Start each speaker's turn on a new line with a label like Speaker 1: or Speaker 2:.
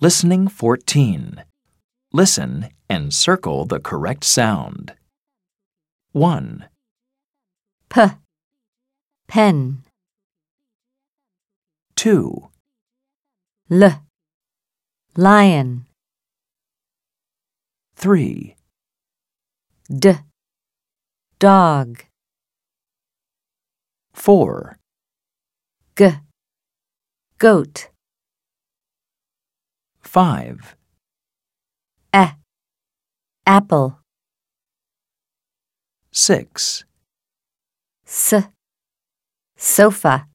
Speaker 1: Listening 14. Listen and circle the correct sound. 1,
Speaker 2: p pen
Speaker 1: 2,
Speaker 2: l lion
Speaker 1: 3,
Speaker 2: d dog
Speaker 1: 4,
Speaker 2: g goat
Speaker 1: 5,
Speaker 2: a E. apple
Speaker 1: 6,
Speaker 2: s sofa